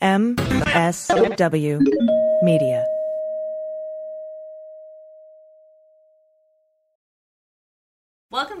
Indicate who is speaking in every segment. Speaker 1: MSW Media.
Speaker 2: Welcome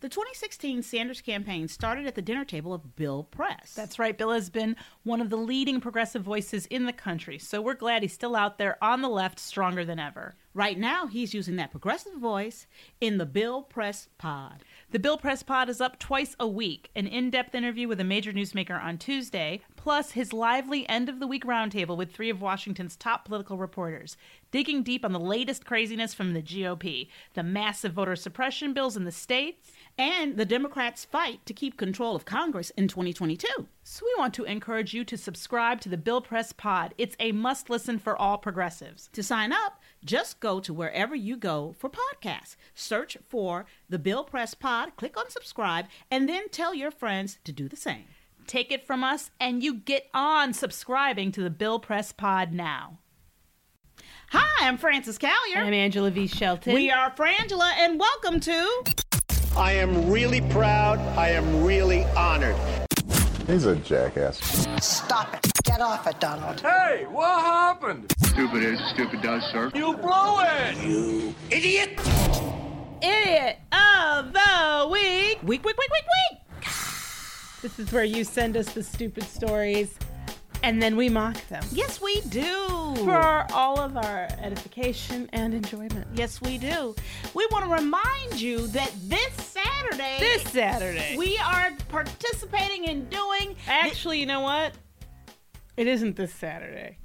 Speaker 3: The 2016 Sanders campaign started at the dinner table of Bill Press.
Speaker 4: That's right. Bill has been one of the leading progressive voices in the country, so we're glad he's still out there on the left, stronger than ever.
Speaker 3: right now he's using that progressive voice in the Bill Press pod.
Speaker 4: The Bill Press Pod is up twice a week an in depth interview with a major newsmaker on Tuesday, plus his lively end of the week roundtable with three of Washington's top political reporters, digging deep on the latest craziness from the GOP, the massive voter suppression bills in the states.
Speaker 3: And the Democrats fight to keep control of Congress in 2022.
Speaker 4: So we want to encourage you to subscribe to the Bill Press Pod. It's a must listen for all progressives.
Speaker 3: To sign up, just go to wherever you go for podcasts. Search for the Bill Press pod, click on subscribe, and then tell your friends to do the same.
Speaker 4: Take it from us, and you get on subscribing to the Bill Press Pod now.
Speaker 3: Hi, I'm Frances Callier.
Speaker 4: I'm Angela V. Shelton.
Speaker 3: we are Frangela, and welcome to
Speaker 5: I am really proud. I am really honored.
Speaker 6: He's a jackass.
Speaker 7: Stop it. Get off it, Donald.
Speaker 5: Hey, what happened? Stupid is, stupid does, sir. You blow it! You idiot!
Speaker 3: Idiot of the Week.
Speaker 4: Week, week, week, week, week. This is where you send us the stupid stories, and then we mock them
Speaker 3: Yes, we do.
Speaker 4: for all of our edification and enjoyment.
Speaker 3: Yes, we do. We want to remind you that this Saturday,
Speaker 4: This Saturday,
Speaker 3: we are participating in doing.
Speaker 4: actually, you know what? It isn't this Saturday.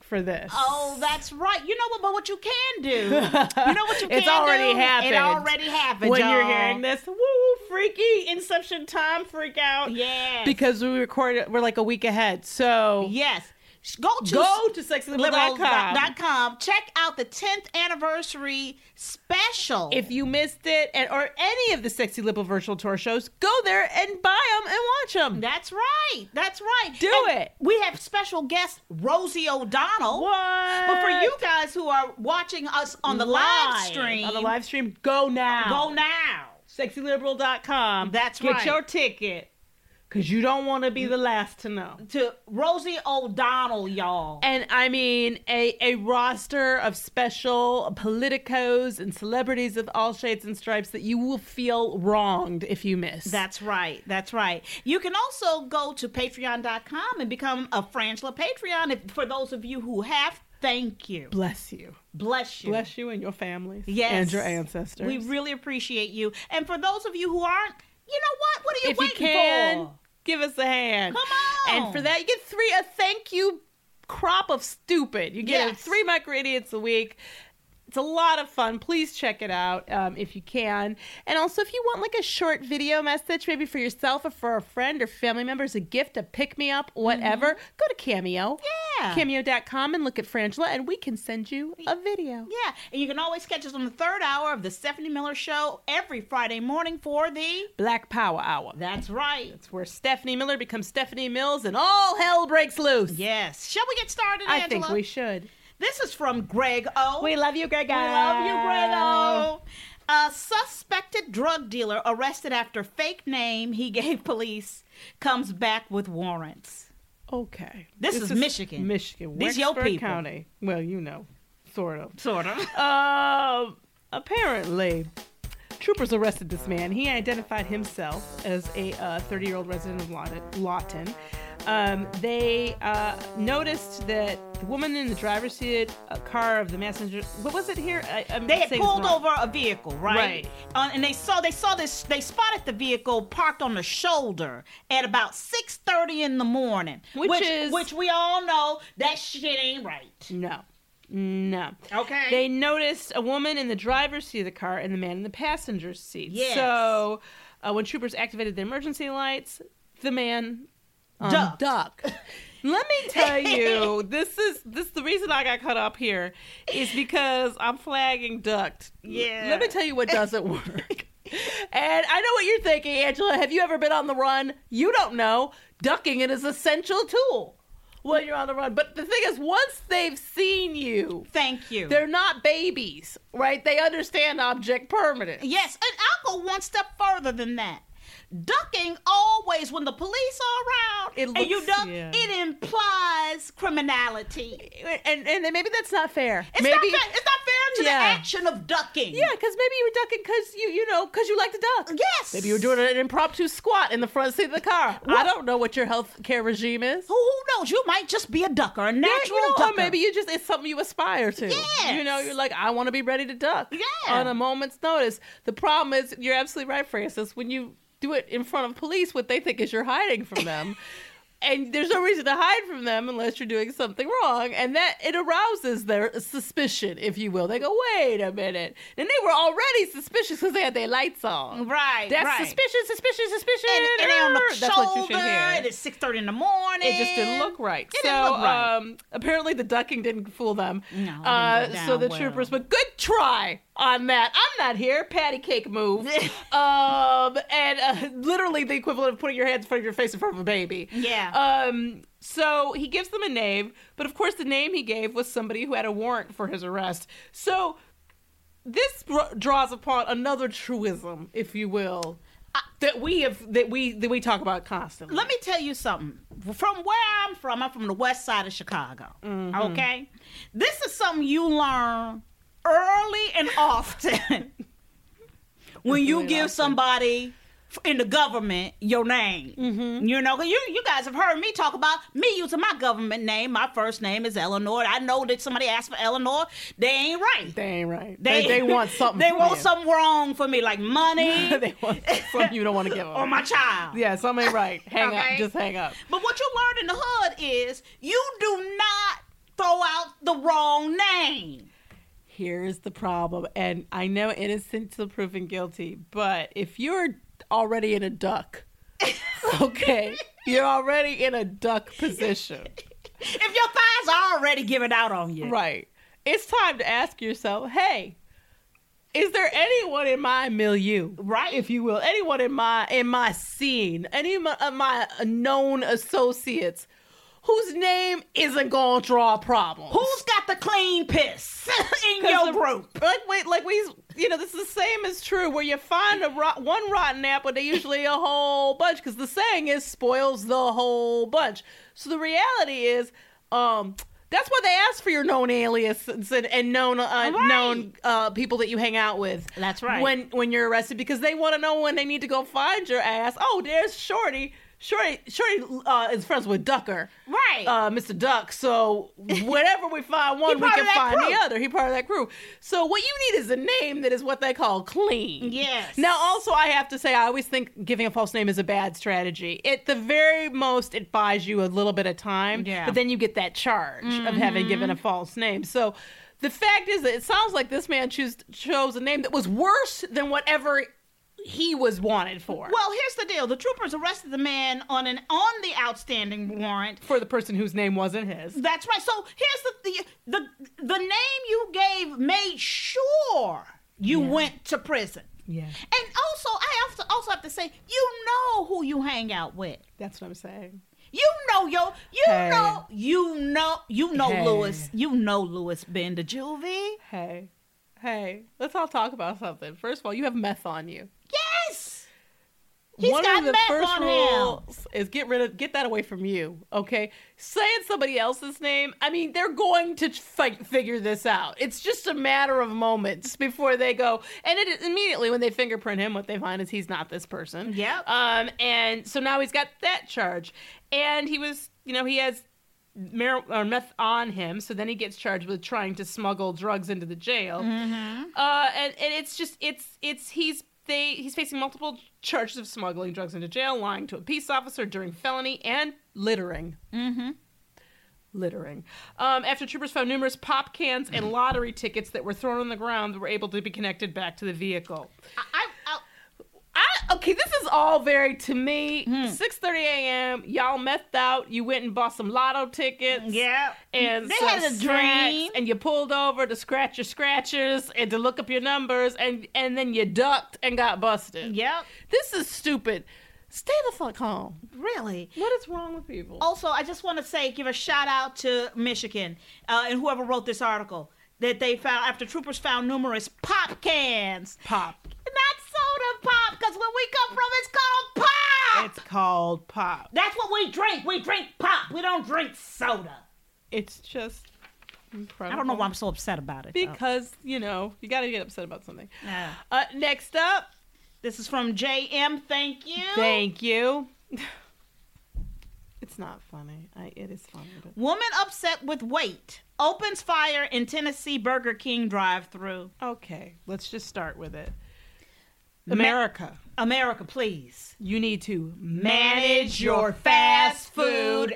Speaker 4: For this,
Speaker 3: Oh, that's right. You know what? But what you can do, you know what you can
Speaker 4: It's
Speaker 3: do.
Speaker 4: already happened.
Speaker 3: It already happened.
Speaker 4: when
Speaker 3: y'all.
Speaker 4: you're hearing this, woo, freaky Inception time freak out.
Speaker 3: Yes.
Speaker 4: because we recorded, we're like a week ahead. So
Speaker 3: Yes. Sh- Go to
Speaker 4: Go to sexyliberal.com.
Speaker 3: dot com. Check out the 10th anniversary special.
Speaker 4: If you missed it and, or any of the Sexy Liberal Virtual Tour shows, go there and buy them and watch them.
Speaker 3: That's right. That's right.
Speaker 4: Do
Speaker 3: And
Speaker 4: it.
Speaker 3: We have special guest Rosie O'Donnell.
Speaker 4: What?
Speaker 3: But for you guys who are watching us on the live, stream,
Speaker 4: On the live stream, go now.
Speaker 3: go now.
Speaker 4: Sexyliberal.com.
Speaker 3: That's
Speaker 4: Get
Speaker 3: right.
Speaker 4: your ticket.
Speaker 3: Cause you don't want to be the last to know. Mm. To Rosie O'Donnell, y'all.
Speaker 4: And I mean, a, a roster of special politicos and celebrities of all shades and stripes that you will feel wronged if you miss.
Speaker 3: That's right. That's right. You can also go to patreon.com and become a Frangela Patreon if, for those of you who have. Thank you.
Speaker 4: Bless you.
Speaker 3: Bless you.
Speaker 4: Bless you and your families.
Speaker 3: Yes.
Speaker 4: And your ancestors.
Speaker 3: We really appreciate you. And for those of you who aren't, you know what? What are you
Speaker 4: if you
Speaker 3: waiting
Speaker 4: can,
Speaker 3: for?
Speaker 4: give us a hand.
Speaker 3: Come on.
Speaker 4: And for that, you get three a thank you crop of stupid. You get
Speaker 3: Yes.
Speaker 4: three micro idiots a week. It's a lot of fun. Please check it out um, if you can. And also, if you want like a short video message, maybe for yourself or for a friend or family member as a gift, a pick me up, whatever, go to Cameo.
Speaker 3: Mm-hmm. Yeah.
Speaker 4: Cameo.com and look at Frangela, and we can send you a video.
Speaker 3: Yeah, and you can always catch us on the third hour of the Stephanie Miller Show every Friday morning for the.
Speaker 4: Black Power Hour.
Speaker 3: That's right.
Speaker 4: That's where Stephanie Miller becomes Stephanie Mills and all hell breaks loose.
Speaker 3: Yes. Shall we get started,
Speaker 4: I
Speaker 3: Angela?
Speaker 4: think we should.
Speaker 3: This is from Greg O.
Speaker 4: We love you, Greg O.
Speaker 3: We love you, Greg O. A suspected drug dealer arrested after fake name he gave police comes back with warrants.
Speaker 4: Okay.
Speaker 3: This is Michigan.
Speaker 4: Michigan.
Speaker 3: These your
Speaker 4: Wexford
Speaker 3: people.
Speaker 4: County. Well, you know, sort of.
Speaker 3: Sort of.
Speaker 4: Um, apparently, troopers arrested this man. He identified himself as a uh, 30-year-old resident of Lawton. Lawton. Um, they uh, noticed that the woman in the driver's seat uh, car of the messenger. What was it here? I, I'm
Speaker 3: They had
Speaker 4: saying this
Speaker 3: pulled
Speaker 4: wrong.
Speaker 3: over a vehicle, right?
Speaker 4: Right.
Speaker 3: Uh, and they saw they saw this. They spotted the vehicle parked on the shoulder at about six thirty in the morning,
Speaker 4: Which is-
Speaker 3: which we all know that shit ain't right.
Speaker 4: No. No.
Speaker 3: Okay.
Speaker 4: They noticed a woman in the driver's seat of the car and the man in the passenger seat.
Speaker 3: Yes.
Speaker 4: So uh, when troopers activated the emergency lights, the man um,
Speaker 3: Ducked.
Speaker 4: ducked. Let me tell you, this is this the reason I got caught up here is because I'm flagging ducked.
Speaker 3: Yeah.
Speaker 4: Let me tell you what doesn't work. and I know what you're thinking, Angela. Have you ever been on the run? You don't know. Ducking it is essential tool when you're on the run. But the thing is, once they've seen you,
Speaker 3: Thank you.
Speaker 4: they're not babies, right? They understand object permanence.
Speaker 3: Yes, and I'll go one step further than that. Ducking always, when the police are around
Speaker 4: It
Speaker 3: and you
Speaker 4: looks-
Speaker 3: duck,
Speaker 4: yeah.
Speaker 3: it implies criminality.
Speaker 4: And, and and maybe that's not fair.
Speaker 3: It's,
Speaker 4: maybe
Speaker 3: not, fair, it's not fair to
Speaker 4: Yeah.
Speaker 3: the action of ducking.
Speaker 4: yeah, because maybe you were ducking because you you know because you like to duck.
Speaker 3: Yes.
Speaker 4: Maybe you were doing an impromptu squat in the front seat of the car. I
Speaker 3: Well-
Speaker 4: don't know what your health care regime is.
Speaker 3: Who, who knows? You might just be a ducker, a natural
Speaker 4: Yeah, you know,
Speaker 3: ducker.
Speaker 4: or maybe you just it's something you aspire to.
Speaker 3: Yes.
Speaker 4: You know, you're like, I want to be ready to duck.
Speaker 3: Yeah.
Speaker 4: On a moment's notice. The problem is you're absolutely right, Francis, when you do it in front of police, what they think is you're hiding from them. And there's no reason to hide from them unless you're doing something wrong. And that it arouses their suspicion, if you will. They go, wait a minute. And they were already suspicious because they had their lights on.
Speaker 3: Right,
Speaker 4: That's
Speaker 3: right.
Speaker 4: suspicious, suspicious, suspicious.
Speaker 3: and, and they on the
Speaker 4: That's
Speaker 3: shoulder.
Speaker 4: what you should hear.
Speaker 3: and it's six thirty in the morning.
Speaker 4: It just didn't look right.
Speaker 3: Eh, It
Speaker 4: so
Speaker 3: didn't look right.
Speaker 4: um, apparently the ducking didn't fool them.
Speaker 3: No, it didn't go
Speaker 4: uh, so
Speaker 3: down
Speaker 4: the
Speaker 3: well.
Speaker 4: troopers, but good try on that. I'm not here. Patty cake move. um, and uh, literally the equivalent of putting your hands in front of your face in front of a baby.
Speaker 3: Yeah.
Speaker 4: Um, so he gives them a name, but of course the name he gave was somebody who had a warrant for his arrest. So this r- draws upon another truism, if you will, that we have that we that we talk about constantly.
Speaker 3: Let me tell you something. From where I'm from, I'm from the west side of Chicago.
Speaker 4: Mm-hmm.
Speaker 3: Okay? This is something you learn early and often when you give somebody f- in the government your name.
Speaker 4: Mm-hmm.
Speaker 3: You know, 'cause you, you guys have heard me talk about me using my government name. My first name is Eleanor. I know that somebody asked for Eleanor. They ain't right.
Speaker 4: They ain't right. They, they, want something.
Speaker 3: They
Speaker 4: from
Speaker 3: want
Speaker 4: you.
Speaker 3: something wrong for me, like money
Speaker 4: they want something you don't want to give them.
Speaker 3: or my child.
Speaker 4: Yeah, something ain't right. Hang
Speaker 3: Okay.
Speaker 4: up. Just hang up.
Speaker 3: But what you learn in the hood is you do not throw out the wrong name.
Speaker 4: Here's the problem, and I know innocent till proven guilty, but if you're already in a duck, okay, you're already in a duck position,
Speaker 3: If your thighs are already giving out on you.
Speaker 4: right? It's time to ask yourself, hey. Is there anyone in my milieu,
Speaker 3: Right.
Speaker 4: If you will, anyone in my in my scene, any of my, of my known associates, whose name isn't gonna draw problems?
Speaker 3: Who's got the clean piss in your
Speaker 4: the-
Speaker 3: group.
Speaker 4: Like wait, like we, you know, this is the same as true. Where you find a rot, one rotten apple, they usually a whole bunch. Because the saying is spoils the whole bunch. So the reality is, um, that's why they ask for your known aliases and, and known uh, known uh, people that you hang out with.
Speaker 3: That's right.
Speaker 4: When when you're arrested, because they want to know when they need to go find your ass. Oh, there's Shorty. Shorty, Shorty uh, is friends with Ducker,
Speaker 3: Right.
Speaker 4: Uh, Mr. Duck. So whenever we find one, we
Speaker 3: part
Speaker 4: can
Speaker 3: of that
Speaker 4: find the
Speaker 3: crew.
Speaker 4: other other. He part of that crew. So what you need is a name that is what they call clean.
Speaker 3: Yes.
Speaker 4: Now also I have to say I always think giving a false name is a bad strategy. At the very most it buys you a little bit of time.
Speaker 3: Yeah. Mm-hmm.
Speaker 4: But then you get that charge of having given a false name. So the fact is that it sounds like this man choose, chose a name that was worse than whatever he was wanted for.
Speaker 3: Well, here's the deal. The troopers arrested the man on an on the outstanding warrant.
Speaker 4: for the person whose name wasn't his.
Speaker 3: That's right. So here's the the the, the name you gave made sure you went to prison.
Speaker 4: Yeah.
Speaker 3: And also, I also also have to say, you know who you hang out with.
Speaker 4: That's what I'm saying.
Speaker 3: You know yo. You
Speaker 4: Hey.
Speaker 3: know. You know. You know
Speaker 4: Hey.
Speaker 3: Lewis. You know Lewis been to juvie.
Speaker 4: Hey. Hey, let's all talk about something. First of all, you have meth on you.
Speaker 3: Yes. He's
Speaker 4: one
Speaker 3: got
Speaker 4: of the
Speaker 3: meth
Speaker 4: first
Speaker 3: on him.
Speaker 4: rules is get rid of get that away from you. Okay, saying somebody else's name. I mean, they're going to fight, figure this out. It's just a matter of moments before they go. And it immediately when they fingerprint him, what they find is he's not this person.
Speaker 3: Yep.
Speaker 4: Um, and so now he's got that charge, and he was, you know, he has mar- or meth on him, so then he gets charged with trying to smuggle drugs into the jail. Uh, and, and it's just it's it's he's they he's facing multiple charges of smuggling drugs into jail, lying to a peace officer during felony, and littering. Mm-hmm. Littering. Um, after troopers found numerous pop cans and lottery tickets that were thrown on the ground that were able to be connected back to the vehicle.
Speaker 3: I, I,
Speaker 4: I, okay, this is all very to me.
Speaker 3: Hmm.
Speaker 4: Six thirty a.m. Y'all methed out. You went and bought some lotto tickets.
Speaker 3: yeah.
Speaker 4: And
Speaker 3: They
Speaker 4: some
Speaker 3: had a
Speaker 4: snacks,
Speaker 3: dream.
Speaker 4: and you pulled over to scratch your scratchers and to look up your numbers, and and then you ducked and got busted.
Speaker 3: Yep.
Speaker 4: This is stupid. Stay the fuck home. Oh,
Speaker 3: Really.
Speaker 4: What is wrong with people?
Speaker 3: Also, I just want to say, give a shout out to Michigan uh, and whoever wrote this article that they found after troopers found numerous pop cans.
Speaker 4: Pop.
Speaker 3: Not soda pop, because where we come from, it's called pop.
Speaker 4: It's called pop.
Speaker 3: That's what we drink. We drink pop. We don't drink soda.
Speaker 4: It's just incredible.
Speaker 3: I don't know why I'm so upset about it. though.
Speaker 4: Because you know you got to get upset about something.
Speaker 3: Yeah.
Speaker 4: Uh, next up,
Speaker 3: this is from JM. Thank you.
Speaker 4: Thank you. It's not funny. I, it is funny. But...
Speaker 3: Woman upset with weight opens fire in Tennessee Burger King drive-through.
Speaker 4: Okay, let's just start with it. America,
Speaker 3: America, please.
Speaker 4: you need to
Speaker 3: Manage your fast food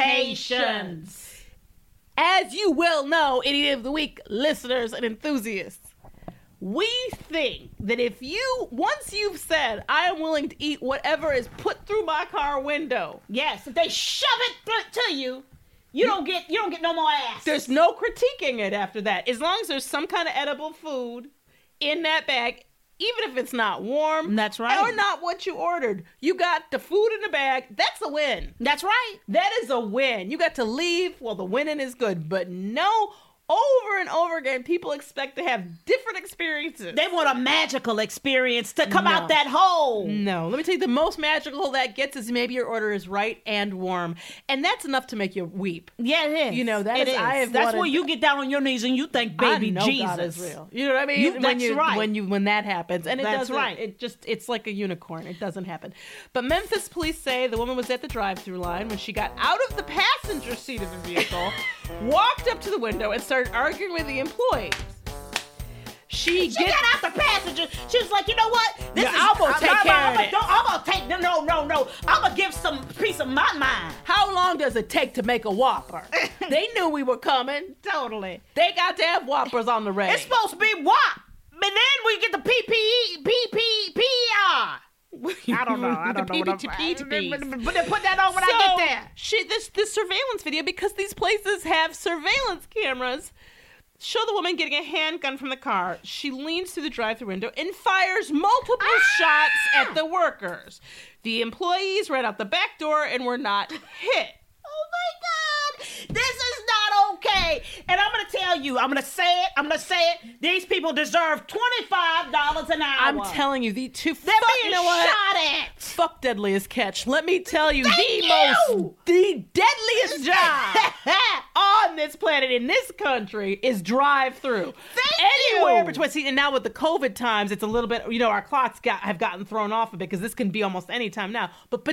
Speaker 3: expectations.
Speaker 4: As you well know, Idiot of the Week listeners and enthusiasts, we think that if you, once you've said, I am willing to eat whatever is put through my car window,
Speaker 3: Yes, if they shove it thro- to you, you don't get you don't get no more ass.
Speaker 4: There's no critiquing it after that. As long as there's some kind of edible food in that bag, even if it's not warm.
Speaker 3: That's right.
Speaker 4: Or not what you ordered. You got the food in the bag. That's a win.
Speaker 3: That's right.
Speaker 4: That is a win. You got to leave. Well, the winning is good, but no, over and over again, people expect to have different experiences.
Speaker 3: They want a magical experience to come
Speaker 4: No.
Speaker 3: out that hole.
Speaker 4: no, let me tell you, the most magical that gets is maybe your order is right and warm. And that's enough to make you weep.
Speaker 3: Yeah, it is.
Speaker 4: You know, that
Speaker 3: it
Speaker 4: is-
Speaker 3: is.
Speaker 4: I have
Speaker 3: that's
Speaker 4: wanted-
Speaker 3: where you get down on your knees and you thank baby
Speaker 4: I know
Speaker 3: Jesus.
Speaker 4: God is real. You know what I mean?
Speaker 3: You-
Speaker 4: when
Speaker 3: that's
Speaker 4: you,
Speaker 3: right.
Speaker 4: When you when that happens, and it
Speaker 3: That's
Speaker 4: doesn't.
Speaker 3: right.
Speaker 4: It just it's like a unicorn. It doesn't happen. But Memphis police say the woman was at the drive-through line when she got out of the passenger seat of the vehicle, walked up to the window, and started arguing with the employees. She,
Speaker 3: She
Speaker 4: gets
Speaker 3: got out the passenger. She was like, you know what? This
Speaker 4: Yeah,
Speaker 3: is
Speaker 4: I'm gonna
Speaker 3: I'm-
Speaker 4: take
Speaker 3: I'm-
Speaker 4: care
Speaker 3: I'm
Speaker 4: of
Speaker 3: gonna-
Speaker 4: it.
Speaker 3: don't- I'm gonna take them. No, no, no. I'm gonna give some piece of my mind.
Speaker 4: How long does it take to make a Whopper? they knew we were coming.
Speaker 3: Totally.
Speaker 4: They got to have Whoppers on the ready.
Speaker 3: It's supposed to be what? And then we get the E, PPE, PPPR. I don't know. I don't know what I'm
Speaker 4: PPTPs.
Speaker 3: But they put that on when I get there.
Speaker 4: She, this this surveillance video because these places have surveillance cameras. Show the woman getting a handgun from the car. She leans through the drive-through window and fires multiple
Speaker 3: Ah!
Speaker 4: shots at the workers. The employees ran out the back door and were not hit.
Speaker 3: Oh my God! This is not okay. you. I'm gonna say it. I'm gonna say it. These people deserve twenty five dollars an hour.
Speaker 4: I'm telling you, the two
Speaker 3: They're
Speaker 4: fuck,
Speaker 3: being
Speaker 4: you know what?
Speaker 3: shot at.
Speaker 4: Fuck deadliest catch. Let me tell you,
Speaker 3: Thank
Speaker 4: the
Speaker 3: you.
Speaker 4: most, the deadliest job on this planet in this country is drive-through.
Speaker 3: Thank
Speaker 4: Anywhere
Speaker 3: you.
Speaker 4: between see, and now with the COVID times, it's a little bit. You know, our clocks got have gotten thrown off a bit because this can be almost any time now. But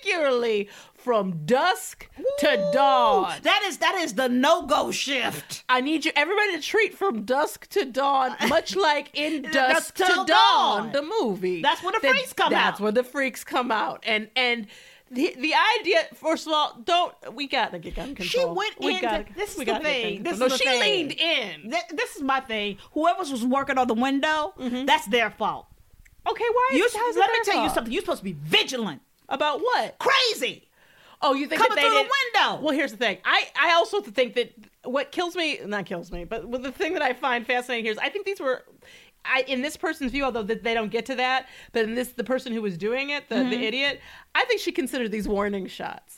Speaker 4: particularly from dusk to dawn.
Speaker 3: Ooh, That is that is the no go shift.
Speaker 4: I need you everybody to treat from dusk to dawn, much like in Dusk,
Speaker 3: Dusk
Speaker 4: to
Speaker 3: Till
Speaker 4: dawn,
Speaker 3: Dawn.
Speaker 4: the movie.
Speaker 3: That's where the
Speaker 4: That-
Speaker 3: freaks come out.
Speaker 4: That's where the freaks come out, and and the the idea. First of all, don't we gotta get gun control.
Speaker 3: She went
Speaker 4: we
Speaker 3: into
Speaker 4: gotta,
Speaker 3: this is
Speaker 4: we
Speaker 3: the
Speaker 4: gotta get gun
Speaker 3: thing. This is
Speaker 4: control. no,
Speaker 3: the
Speaker 4: she
Speaker 3: thing.
Speaker 4: leaned in.
Speaker 3: Th- Eh, this is my thing. Whoever's was working on the window, that's their fault.
Speaker 4: Okay, why?
Speaker 3: You
Speaker 4: is, how's it
Speaker 3: let me
Speaker 4: their
Speaker 3: tell you
Speaker 4: fault?
Speaker 3: something. You're supposed to be vigilant.
Speaker 4: about what.
Speaker 3: Crazy.
Speaker 4: Oh, you think
Speaker 3: Coming
Speaker 4: that they
Speaker 3: through the
Speaker 4: didn't-
Speaker 3: window.
Speaker 4: Well, here's the thing. I I also think that what kills me not kills me, but the thing that I find fascinating here is I think these were. I, in this person's view, although that they don't get to that, but in this, the person who was doing it, the,
Speaker 3: Mm-hmm.
Speaker 4: the idiot, I think she considered these warning shots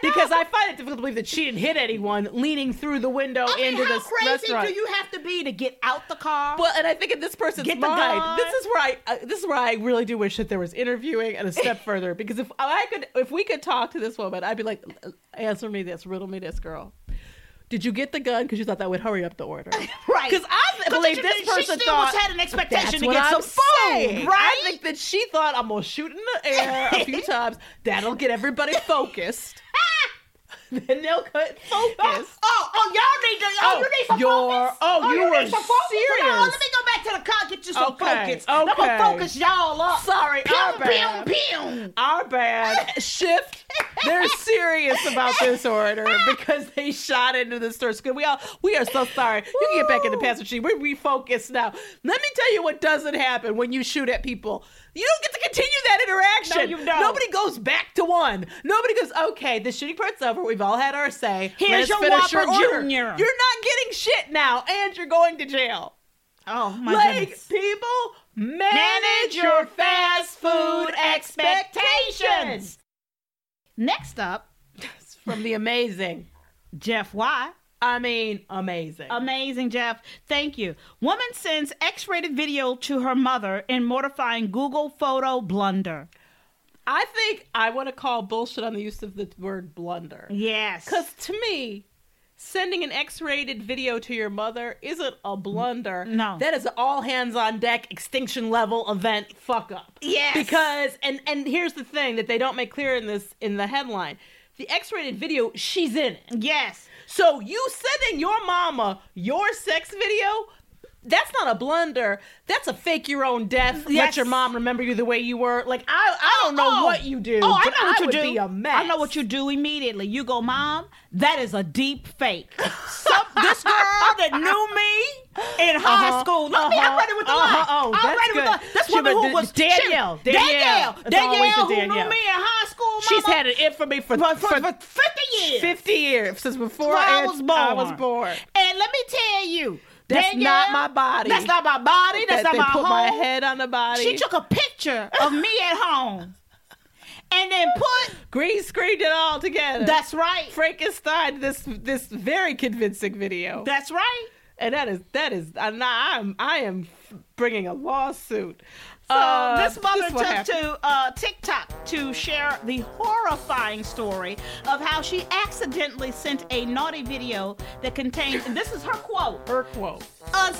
Speaker 4: because I find it difficult to believe that she didn't hit anyone leaning through the window
Speaker 3: I mean,
Speaker 4: into
Speaker 3: how
Speaker 4: this
Speaker 3: crazy
Speaker 4: restaurant.
Speaker 3: do you have to be to get out the car?
Speaker 4: Well, and I think in this person's
Speaker 3: Get the gun.
Speaker 4: mind, this is where I uh, this is where I really do wish that there was interviewing and a step further. Because if I could, if we could talk to this woman, I'd be like, answer me this, riddle me this, girl. Did you get the gun because you thought that would hurry up the order?
Speaker 3: right.
Speaker 4: Because I believe
Speaker 3: she-
Speaker 4: this person
Speaker 3: she still
Speaker 4: thought
Speaker 3: was had an expectation
Speaker 4: that's
Speaker 3: to
Speaker 4: what
Speaker 3: get
Speaker 4: I'm
Speaker 3: some food,
Speaker 4: saying.
Speaker 3: right?
Speaker 4: I think that she thought I'm gonna shoot in the air a few times. That'll get everybody focused. then they'll get
Speaker 3: Oh,
Speaker 4: focused.
Speaker 3: oh, oh, y'all need to. Oh,
Speaker 4: Oh,
Speaker 3: you need some
Speaker 4: you're-
Speaker 3: focus.
Speaker 4: oh, you
Speaker 3: need
Speaker 4: were
Speaker 3: some focus? Hold on,
Speaker 4: serious.
Speaker 3: let me go back to the car. Get you some
Speaker 4: Okay,
Speaker 3: focus. I'm gonna
Speaker 4: okay.
Speaker 3: focus y'all up.
Speaker 4: Sorry,
Speaker 3: oh. pew,
Speaker 4: our
Speaker 3: pew,
Speaker 4: bad.
Speaker 3: pew.
Speaker 4: our bad shift. They're serious about this order because they shot into the store. We all we are so sorry. You can get back in the passenger seat. We're refocused now. Let me tell you what doesn't happen when you shoot at people. You don't get to continue that interaction.
Speaker 3: No, you don't.
Speaker 4: Nobody goes back to one. Nobody goes, okay, the shooting part's over. We've all had our say.
Speaker 3: Here's
Speaker 4: Let's
Speaker 3: your
Speaker 4: finish
Speaker 3: Whopper
Speaker 4: order."
Speaker 3: Jr..
Speaker 4: You're not getting shit now, and you're going to jail
Speaker 3: Oh my
Speaker 4: like
Speaker 3: goodness.
Speaker 4: people manage, your fast food expectations.
Speaker 3: Next up,
Speaker 4: From the amazing,
Speaker 3: Jeff Y.
Speaker 4: I mean amazing.
Speaker 3: Amazing, Jeff. Thank you. Woman sends X-rated video to her mother in mortifying Google photo blunder.
Speaker 4: I think I want to call bullshit on the use of the word blunder.
Speaker 3: Yes.
Speaker 4: Because to me, sending an X rated video to your mother isn't a blunder.
Speaker 3: No.
Speaker 4: That is an all hands on deck, extinction level event fuck up.
Speaker 3: Yes.
Speaker 4: Because, and, and here's the thing that they don't make clear in this, in the headline the X rated video, she's in it.
Speaker 3: yes.
Speaker 4: So you sending your mama your sex video? That's not a blunder. That's a fake your own death.
Speaker 3: Yes.
Speaker 4: Let your mom remember you the way you were. Like I, I don't know
Speaker 3: Oh.
Speaker 4: what you do.
Speaker 3: Oh, I
Speaker 4: but
Speaker 3: know what you
Speaker 4: would
Speaker 3: do.
Speaker 4: Be a mess.
Speaker 3: I know what you do immediately. You go, mom. That is a deep fake. Some, this girl that knew me in high
Speaker 4: Uh-huh.
Speaker 3: school. Look me, I'm
Speaker 4: Uh-huh.
Speaker 3: ready with the
Speaker 4: Uh-huh.
Speaker 3: line.
Speaker 4: Oh,
Speaker 3: I'm
Speaker 4: that's
Speaker 3: ready
Speaker 4: good.
Speaker 3: with the This
Speaker 4: She
Speaker 3: woman
Speaker 4: was
Speaker 3: who
Speaker 4: the-
Speaker 3: was
Speaker 4: Danielle.
Speaker 3: She,
Speaker 4: Danielle.
Speaker 3: Danielle.
Speaker 4: It's always the
Speaker 3: who knew me in
Speaker 4: Danielle.
Speaker 3: high school.
Speaker 4: She's
Speaker 3: mama,
Speaker 4: had it in for me for,
Speaker 3: for, for,
Speaker 4: for
Speaker 3: for 50 years.
Speaker 4: 50 years since before
Speaker 3: Before I
Speaker 4: I,
Speaker 3: was born.
Speaker 4: I was born.
Speaker 3: And let me tell you,
Speaker 4: That's
Speaker 3: Danielle,
Speaker 4: not my body.
Speaker 3: That's not my body. That's not
Speaker 4: that they
Speaker 3: my
Speaker 4: put
Speaker 3: home.
Speaker 4: my head on the body.
Speaker 3: She took a picture of me at home, and then put.
Speaker 4: green screened it all together.
Speaker 3: That's right.
Speaker 4: Frankenstein. This this very convincing video.
Speaker 3: That's right.
Speaker 4: and that is that is I'm not, I'm I am bringing a lawsuit.
Speaker 3: So
Speaker 4: Uh,
Speaker 3: this mother
Speaker 4: what
Speaker 3: took
Speaker 4: happened.
Speaker 3: to uh, TikTok to share the horrifying story of how she accidentally sent a naughty video that contained, and this is her quote,
Speaker 4: her quote.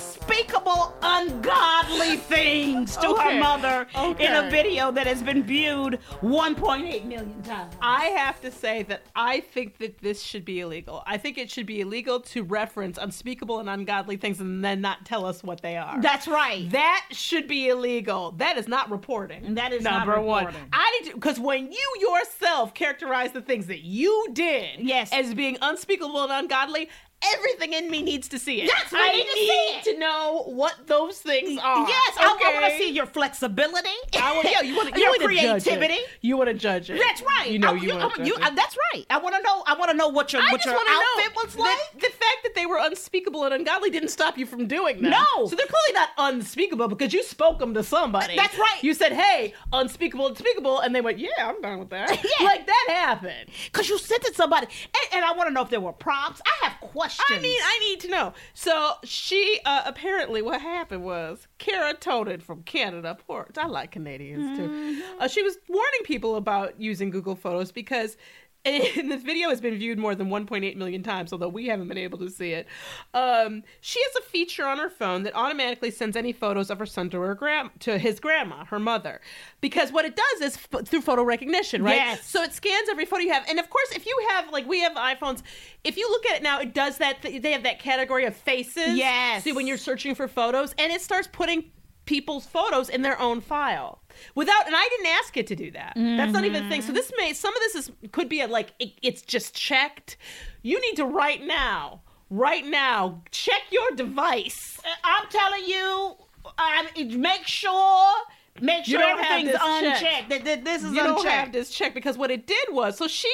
Speaker 3: unspeakable, ungodly things to her
Speaker 4: Okay.
Speaker 3: mother in a
Speaker 4: Okay.
Speaker 3: video that has been viewed 1.8 million times.
Speaker 4: I have to say that I think that this should be illegal. I think it should be illegal to reference unspeakable and ungodly things and then not tell us what they are.
Speaker 3: That's right.
Speaker 4: That should be illegal. That is not reporting.
Speaker 3: That is not
Speaker 4: number one.
Speaker 3: reporting.
Speaker 4: I need to because when you yourself characterize the things that you did
Speaker 3: Yes.
Speaker 4: as being unspeakable and ungodly, everything in me needs to see it.
Speaker 3: Yes, we
Speaker 4: I
Speaker 3: need to see it.
Speaker 4: to know what those things are.
Speaker 3: Yes, I- I, want to
Speaker 4: okay?
Speaker 3: see your flexibility.
Speaker 4: I want, yeah, you want to,
Speaker 3: your
Speaker 4: you want to
Speaker 3: creativity.
Speaker 4: Judge it. You want to judge it.
Speaker 3: That's right.
Speaker 4: You know
Speaker 3: I,
Speaker 4: you,
Speaker 3: I-
Speaker 4: want to judge
Speaker 3: you-
Speaker 4: it.
Speaker 3: I- that's right. I want to know. I want to know what your
Speaker 4: I
Speaker 3: what
Speaker 4: just
Speaker 3: your
Speaker 4: wanna know
Speaker 3: outfit was
Speaker 4: the-
Speaker 3: like.
Speaker 4: The, fact fact that they were unspeakable and ungodly didn't stop you from doing that.
Speaker 3: No.
Speaker 4: So they're clearly not unspeakable because you spoke them to somebody.
Speaker 3: That's right.
Speaker 4: You said, hey, unspeakable, unspeakable. And they went, yeah, I'm down with that.
Speaker 3: Yeah.
Speaker 4: Like that happened.
Speaker 3: Because you sent it somebody. And, and I want to know if there were prompts. I have questions.
Speaker 4: I mean, I need to know. So she uh, apparently, what happened was Kara Toden from Canada Ports. I like Canadians too.
Speaker 3: Mm-hmm.
Speaker 4: Uh, she was warning people about using Google Photos because. And this video has been viewed more than 1.8 million times, although we haven't been able to see it. Um, she has a feature on her phone that automatically sends any photos of her son to her grand to his grandma, her mother, because what it does is f- through photo recognition, right?
Speaker 3: Yes.
Speaker 4: So it scans every photo you have, and of course, if you have like we have iPhones, if you look at it now, it does that. Th- they have that category of faces.
Speaker 3: Yes.
Speaker 4: So when you're searching for photos, and it starts putting people's photos in their own file without and i didn't ask it to do that that's not even a thing so this may some of this is could be a, like it, it's just checked you need to right now right now check your device
Speaker 3: Uh, I'm telling you, I, make sure, make
Speaker 4: You
Speaker 3: sure
Speaker 4: don't have
Speaker 3: everything's
Speaker 4: this checked.
Speaker 3: unchecked. That, that this is
Speaker 4: you
Speaker 3: unchecked.
Speaker 4: don't have this check because what it did was so she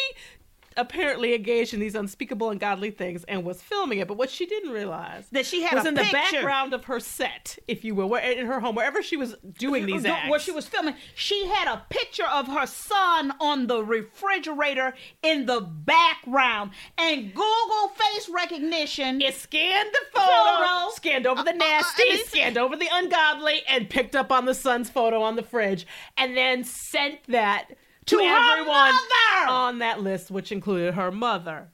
Speaker 4: apparently engaged in these unspeakable and godly things and was filming it but what she didn't realize
Speaker 3: That she had
Speaker 4: was
Speaker 3: a
Speaker 4: in the
Speaker 3: picture.
Speaker 4: background of her set if you will where, in her home wherever she was doing these
Speaker 3: No,
Speaker 4: acts
Speaker 3: Where she was filming, she had a picture of her son on the refrigerator in the background, and Google face recognition.
Speaker 4: It scanned the photo,
Speaker 3: Photo.
Speaker 4: scanned over the
Speaker 3: Uh, uh, uh,
Speaker 4: nasty,
Speaker 3: and they-
Speaker 4: scanned over the ungodly, and picked up on the son's photo on the fridge, and then sent that to,
Speaker 3: To her
Speaker 4: everyone
Speaker 3: mother!
Speaker 4: on that list, which included her mother.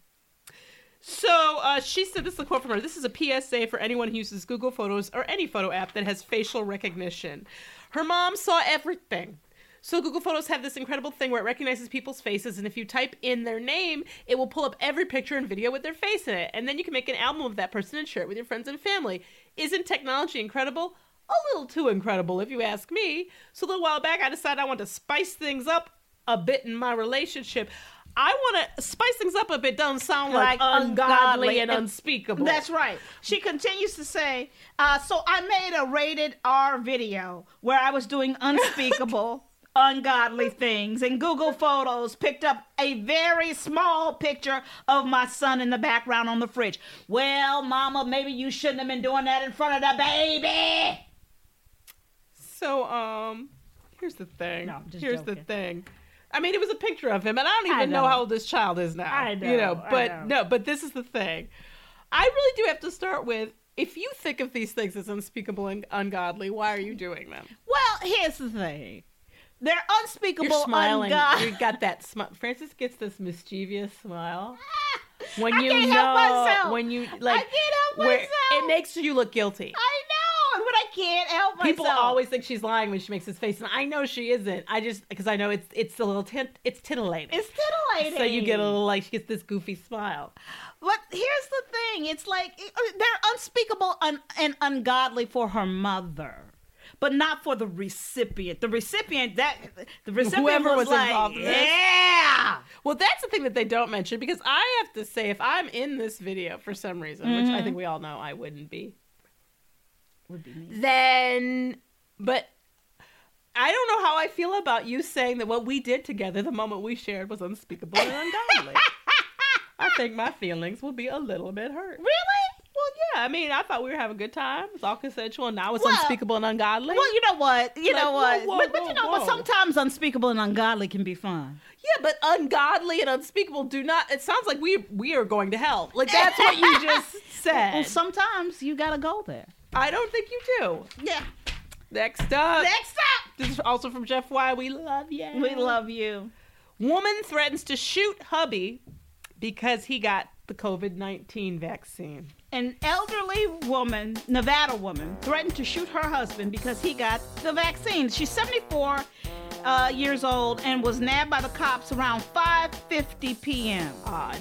Speaker 4: So uh, she said, "This is a quote from her. This is a PSA for anyone who uses Google Photos or any photo app that has facial recognition." Her mom saw everything. So Google Photos have this incredible thing where it recognizes people's faces, and if you type in their name, it will pull up every picture and video with their face in it, and then you can make an album of that person and share it with your friends and family. Isn't technology incredible? A little too incredible, if you ask me. So a little while back, I decided I wanted to spice things up a bit in my relationship. I want to spice things up a bit. Doesn't sound like,
Speaker 3: Like
Speaker 4: ungodly,
Speaker 3: ungodly
Speaker 4: and
Speaker 3: and-
Speaker 4: unspeakable.
Speaker 3: That's right. She continues to say, uh, So I made a rated R video where I was doing unspeakable, ungodly things, and Google Photos picked up a very small picture of my son in the background on the fridge. Well, Mama, maybe you shouldn't have been doing that in front of the baby.
Speaker 4: So, um, here's the thing.
Speaker 3: No, I'm just
Speaker 4: here's the
Speaker 3: joking.
Speaker 4: thing. I mean, it was a picture of him, and I don't even know.
Speaker 3: know.
Speaker 4: how old this child is now.
Speaker 3: I know,
Speaker 4: You know,
Speaker 3: I
Speaker 4: but
Speaker 3: know.
Speaker 4: no, but this is the thing. I really do have to start with if you think of these things as unspeakable and ungodly, why are you doing them?
Speaker 3: Well, here's the thing they're unspeakable,
Speaker 4: You're smiling.
Speaker 3: ungod-
Speaker 4: You got that smile. Francis gets this mischievous smile. When
Speaker 3: Ah, I
Speaker 4: you
Speaker 3: can't
Speaker 4: know,
Speaker 3: help myself.
Speaker 4: when you
Speaker 3: I
Speaker 4: like,
Speaker 3: can't help
Speaker 4: where-
Speaker 3: myself.
Speaker 4: it makes you look guilty.
Speaker 3: I know, but I can't help myself.
Speaker 4: People always think she's lying when she makes this face, and I know she isn't. I just because I know it's it's a little tint, it's titillating.
Speaker 3: It's titillating.
Speaker 4: so you get a little like she gets this goofy smile.
Speaker 3: But here's the thing: it's like uh, they're unspeakable un- and ungodly for her mother, but not for the recipient. The recipient that the recipient
Speaker 4: Whoever was
Speaker 3: like,
Speaker 4: involved in this.
Speaker 3: yeah.
Speaker 4: Well, that's the thing that they don't mention because I have to say, if I'm in this video for some reason, which
Speaker 3: Mm-hmm.
Speaker 4: I think we all know I wouldn't be, would be me. Then, but I don't know how I feel about you saying that what we did together, the moment we shared, was unspeakable and ungodly. I think my feelings will be a little bit hurt.
Speaker 3: Really?
Speaker 4: Well, yeah. I mean, I thought we were having a good time. It's all consensual, and now it's
Speaker 3: Well-
Speaker 4: unspeakable and ungodly.
Speaker 3: Well, you know what? You
Speaker 4: Like,
Speaker 3: know what?
Speaker 4: whoa, whoa,
Speaker 3: but, but
Speaker 4: whoa,
Speaker 3: you know
Speaker 4: whoa.
Speaker 3: what? Sometimes unspeakable and ungodly can be fun.
Speaker 4: Yeah, but ungodly and unspeakable do not. It sounds like we we are going to hell. Like that's what you just
Speaker 3: And
Speaker 4: said.
Speaker 3: sometimes you gotta go there.
Speaker 4: I don't think you do.
Speaker 3: Yeah.
Speaker 4: Next up,
Speaker 3: Next up,
Speaker 4: this is also from Jeff Y. We love you.
Speaker 3: we love you.
Speaker 4: Woman threatens to shoot hubby because he got the COVID nineteen vaccine.
Speaker 3: An elderly woman, Nevada woman, threatened to shoot her husband because he got the vaccine. She's 74 uh, years old and was nabbed by the cops around 5:50 p.m.
Speaker 4: Odd.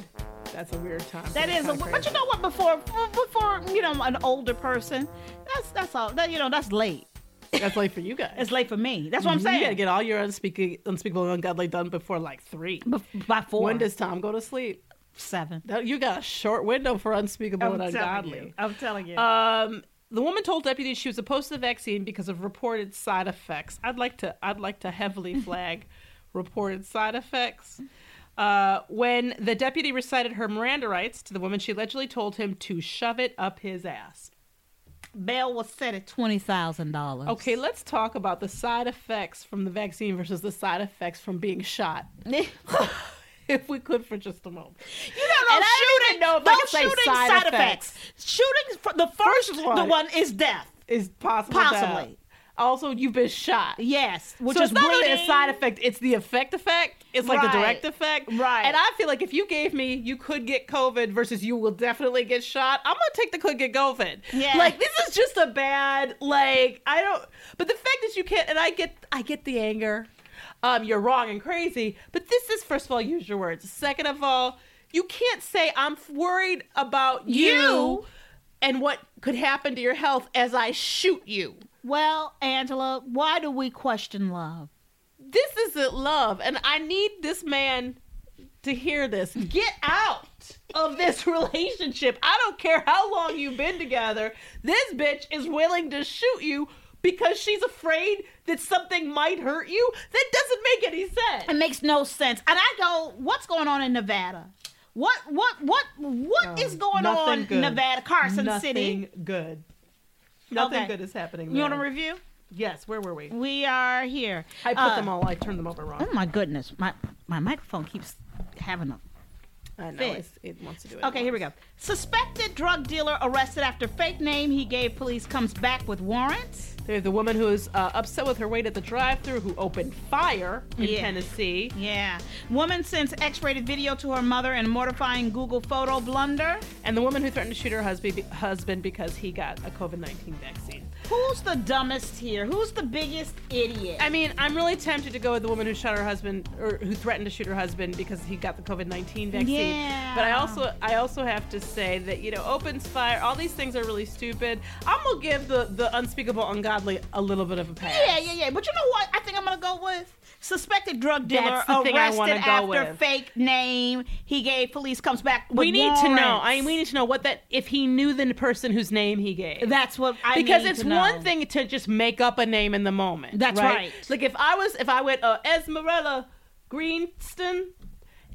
Speaker 4: That's a weird time.
Speaker 3: That is, a, but you know what? Before, before you know, an older person, that's that's all. That, you know, that's late.
Speaker 4: that's late for you guys.
Speaker 3: It's late for me. That's what I'm
Speaker 4: You gotta
Speaker 3: saying.
Speaker 4: get all your unspeakable, unspeakable, and ungodly done before like three.
Speaker 3: Bef- by four,
Speaker 4: When does Tom go to sleep?
Speaker 3: seven?
Speaker 4: That- You got a short window for unspeakable
Speaker 3: I'm
Speaker 4: and
Speaker 3: telling
Speaker 4: ungodly.
Speaker 3: you. I'm telling you.
Speaker 4: Um, the woman told deputies she was opposed to the vaccine because of reported side effects. I'd like to I'd like to heavily flag reported side effects. Uh, when the deputy recited her Miranda rights to the woman, she allegedly told him to shove it up his ass.
Speaker 3: Bail was set at twenty thousand dollars.
Speaker 4: Okay, let's talk about the side effects from the vaccine versus the side effects from being shot. if we could for just a moment.
Speaker 3: You know,
Speaker 4: And
Speaker 3: those
Speaker 4: I don't
Speaker 3: shooting,
Speaker 4: even know if I
Speaker 3: those
Speaker 4: can say
Speaker 3: shooting
Speaker 4: side effects.
Speaker 3: Shooting, fr- the first,
Speaker 4: one.
Speaker 3: the one is death.
Speaker 4: Is possible.
Speaker 3: Possibly.
Speaker 4: that- Also, you've been shot.
Speaker 3: Yes, which
Speaker 4: so
Speaker 3: is
Speaker 4: it's not really
Speaker 3: bleeding.
Speaker 4: a side effect; it's the effect effect. It's like
Speaker 3: Right.
Speaker 4: the direct effect,
Speaker 3: Right.
Speaker 4: And I feel like if you gave me, you could get COVID versus you will definitely get shot. I'm gonna take the could get COVID.
Speaker 3: Yeah.
Speaker 4: like this is just a bad. Like I don't. But the fact that you can't, and I get, I get the anger. Um, you're wrong and crazy. But this is first of all, use your words. Second of all, you can't say I'm worried about you.
Speaker 3: You.
Speaker 4: and what could happen to your health as I shoot you.
Speaker 3: Well, Angela, why do we question love?
Speaker 4: this isn't love and i need this man to hear this get out of this relationship i don't care how long you've been together this bitch is willing to shoot you because she's afraid that something might hurt you that doesn't make any sense
Speaker 3: It makes no sense. And I go, what's going on in Nevada? What what what what is going on in Nevada, Carson City?
Speaker 4: Oh, nothing good nothing
Speaker 3: Okay.
Speaker 4: good is happening
Speaker 3: You want to
Speaker 4: there.
Speaker 3: review?
Speaker 4: yes where were we hmm,
Speaker 3: We are here.
Speaker 4: i put
Speaker 3: Uh,
Speaker 4: them all i turned them over wrong
Speaker 3: Oh my goodness, my my microphone keeps having a
Speaker 4: i know
Speaker 3: fit.
Speaker 4: it's- it wants to do it
Speaker 3: Okay, here we go. Suspected drug dealer arrested after fake name he gave police comes back with warrants.
Speaker 4: There's the woman who is uh, upset with her wait at the drive-through who opened fire in
Speaker 3: Yeah.
Speaker 4: Tennessee.
Speaker 3: Yeah. Woman sends X-rated video to her mother in mortifying Google photo blunder.
Speaker 4: And the woman who threatened to shoot her husband, husband because he got a COVID 19 vaccine.
Speaker 3: Who's the dumbest here? Who's the biggest idiot?
Speaker 4: I mean, I'm really tempted to go with the woman who shot her husband or who threatened to shoot her husband because he got the COVID 19 vaccine.
Speaker 3: Yeah.
Speaker 4: But I also I also have to say that, you know, opens fire, all these things are really stupid. I'm going to give the, the unspeakable ungodly a little bit of a pass.
Speaker 3: Yeah, yeah, yeah. But you know what? I think I'm gonna go with suspected drug dealer
Speaker 4: That's the thing I
Speaker 3: arrested
Speaker 4: wanna go
Speaker 3: after
Speaker 4: with.
Speaker 3: fake name he gave police comes back. With
Speaker 4: We need to know.
Speaker 3: warrants.
Speaker 4: I mean, we need to know what that if he knew the person whose name he gave.
Speaker 3: That's what I
Speaker 4: because
Speaker 3: need
Speaker 4: it's
Speaker 3: to know.
Speaker 4: one thing to just make up a name in the moment.
Speaker 3: That's
Speaker 4: right.
Speaker 3: right.
Speaker 4: Like if I was if I went uh, Esmerella Greenston,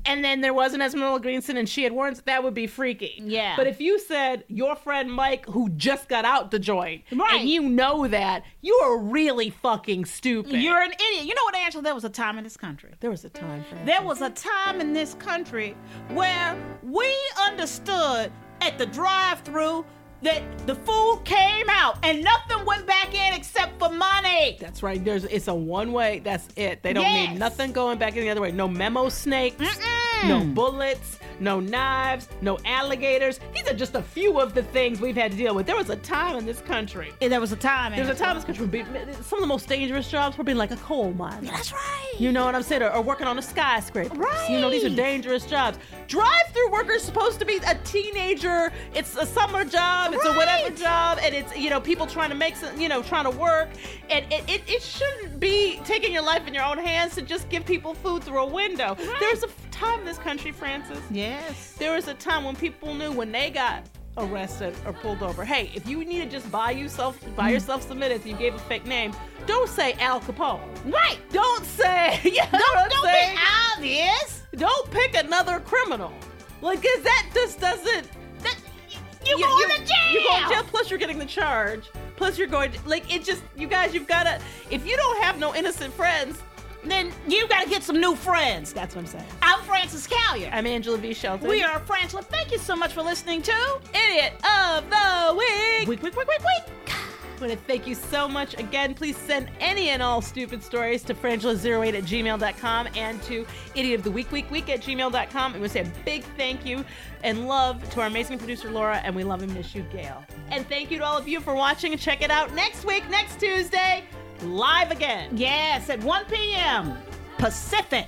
Speaker 4: and then there was an Esmerella Greenston and she had warrants, that would be freaky.
Speaker 3: Yeah.
Speaker 4: But if you said your friend Mike who just got out the joint,
Speaker 3: Right.
Speaker 4: and you know that, you are really fucking stupid.
Speaker 3: You're an idiot. You know what, Angela? There was a time in this country.
Speaker 4: there was a time for
Speaker 3: There was a
Speaker 4: Mm.
Speaker 3: time in this country where we understood at the drive-through that the food came out and nothing went back in except for money.
Speaker 4: That's right. There's it's a one way. That's it. They don't
Speaker 3: Yes.
Speaker 4: need nothing going back in the other way. No memo snakes.
Speaker 3: Mm-mm.
Speaker 4: No bullets. No knives. No alligators. These are just a few of the things we've had to deal with. There was a time in this country.
Speaker 3: There was a time.
Speaker 4: There was a time in this country. where be- Some of the most dangerous jobs were being like a coal miner.
Speaker 3: That's right.
Speaker 4: You know what I'm saying? Or, or working on a skyscraper.
Speaker 3: Right.
Speaker 4: You know, these are dangerous jobs. Drive through workers supposed to be a teenager. It's a summer job. It's a whatever
Speaker 3: Right.
Speaker 4: job. And it's, you know, people trying to make some, you know, trying to work. And it, it, it shouldn't be taking your life in your own hands to just give people food through a window. There was a f- time in this country, Francis.
Speaker 3: Yes.
Speaker 4: There was a time when people knew when they got arrested or pulled over. Hey, if you need to just buy yourself buy
Speaker 3: Mm-hmm.
Speaker 4: yourself some minutes, you gave a fake name. Don't say Al Capone.
Speaker 3: Right.
Speaker 4: Don't say. You know what I'm
Speaker 3: Don't, don't
Speaker 4: saying?
Speaker 3: be obvious.
Speaker 4: Don't pick another criminal. Like, cause that just doesn't.
Speaker 3: That, you, you, going to jail.
Speaker 4: You go to jail. Plus, you're getting the charge. Plus, you're going. Like, it just. You guys, you've gotta. If you don't have no innocent friends,
Speaker 3: Then you got to get some new friends.
Speaker 4: that's what I'm saying.
Speaker 3: I'm Francis Callier.
Speaker 4: I'm Angela V. Shelton.
Speaker 3: we are Franchla. Thank you so much for listening to
Speaker 4: idiot of the week.
Speaker 3: Week, Week, Week, Week, Week.
Speaker 4: I want to thank you so much again. Please send any and all stupid stories to frangela08 at gmail.com and to idiot of the week, week, week at gmail.com. And we say a big thank you and love to our amazing producer, Laura, and we love and miss you, Gail. And thank you to all of you for watching and check it out next week, next Tuesday, live again.
Speaker 3: Yes, at 1 p.m. Pacific.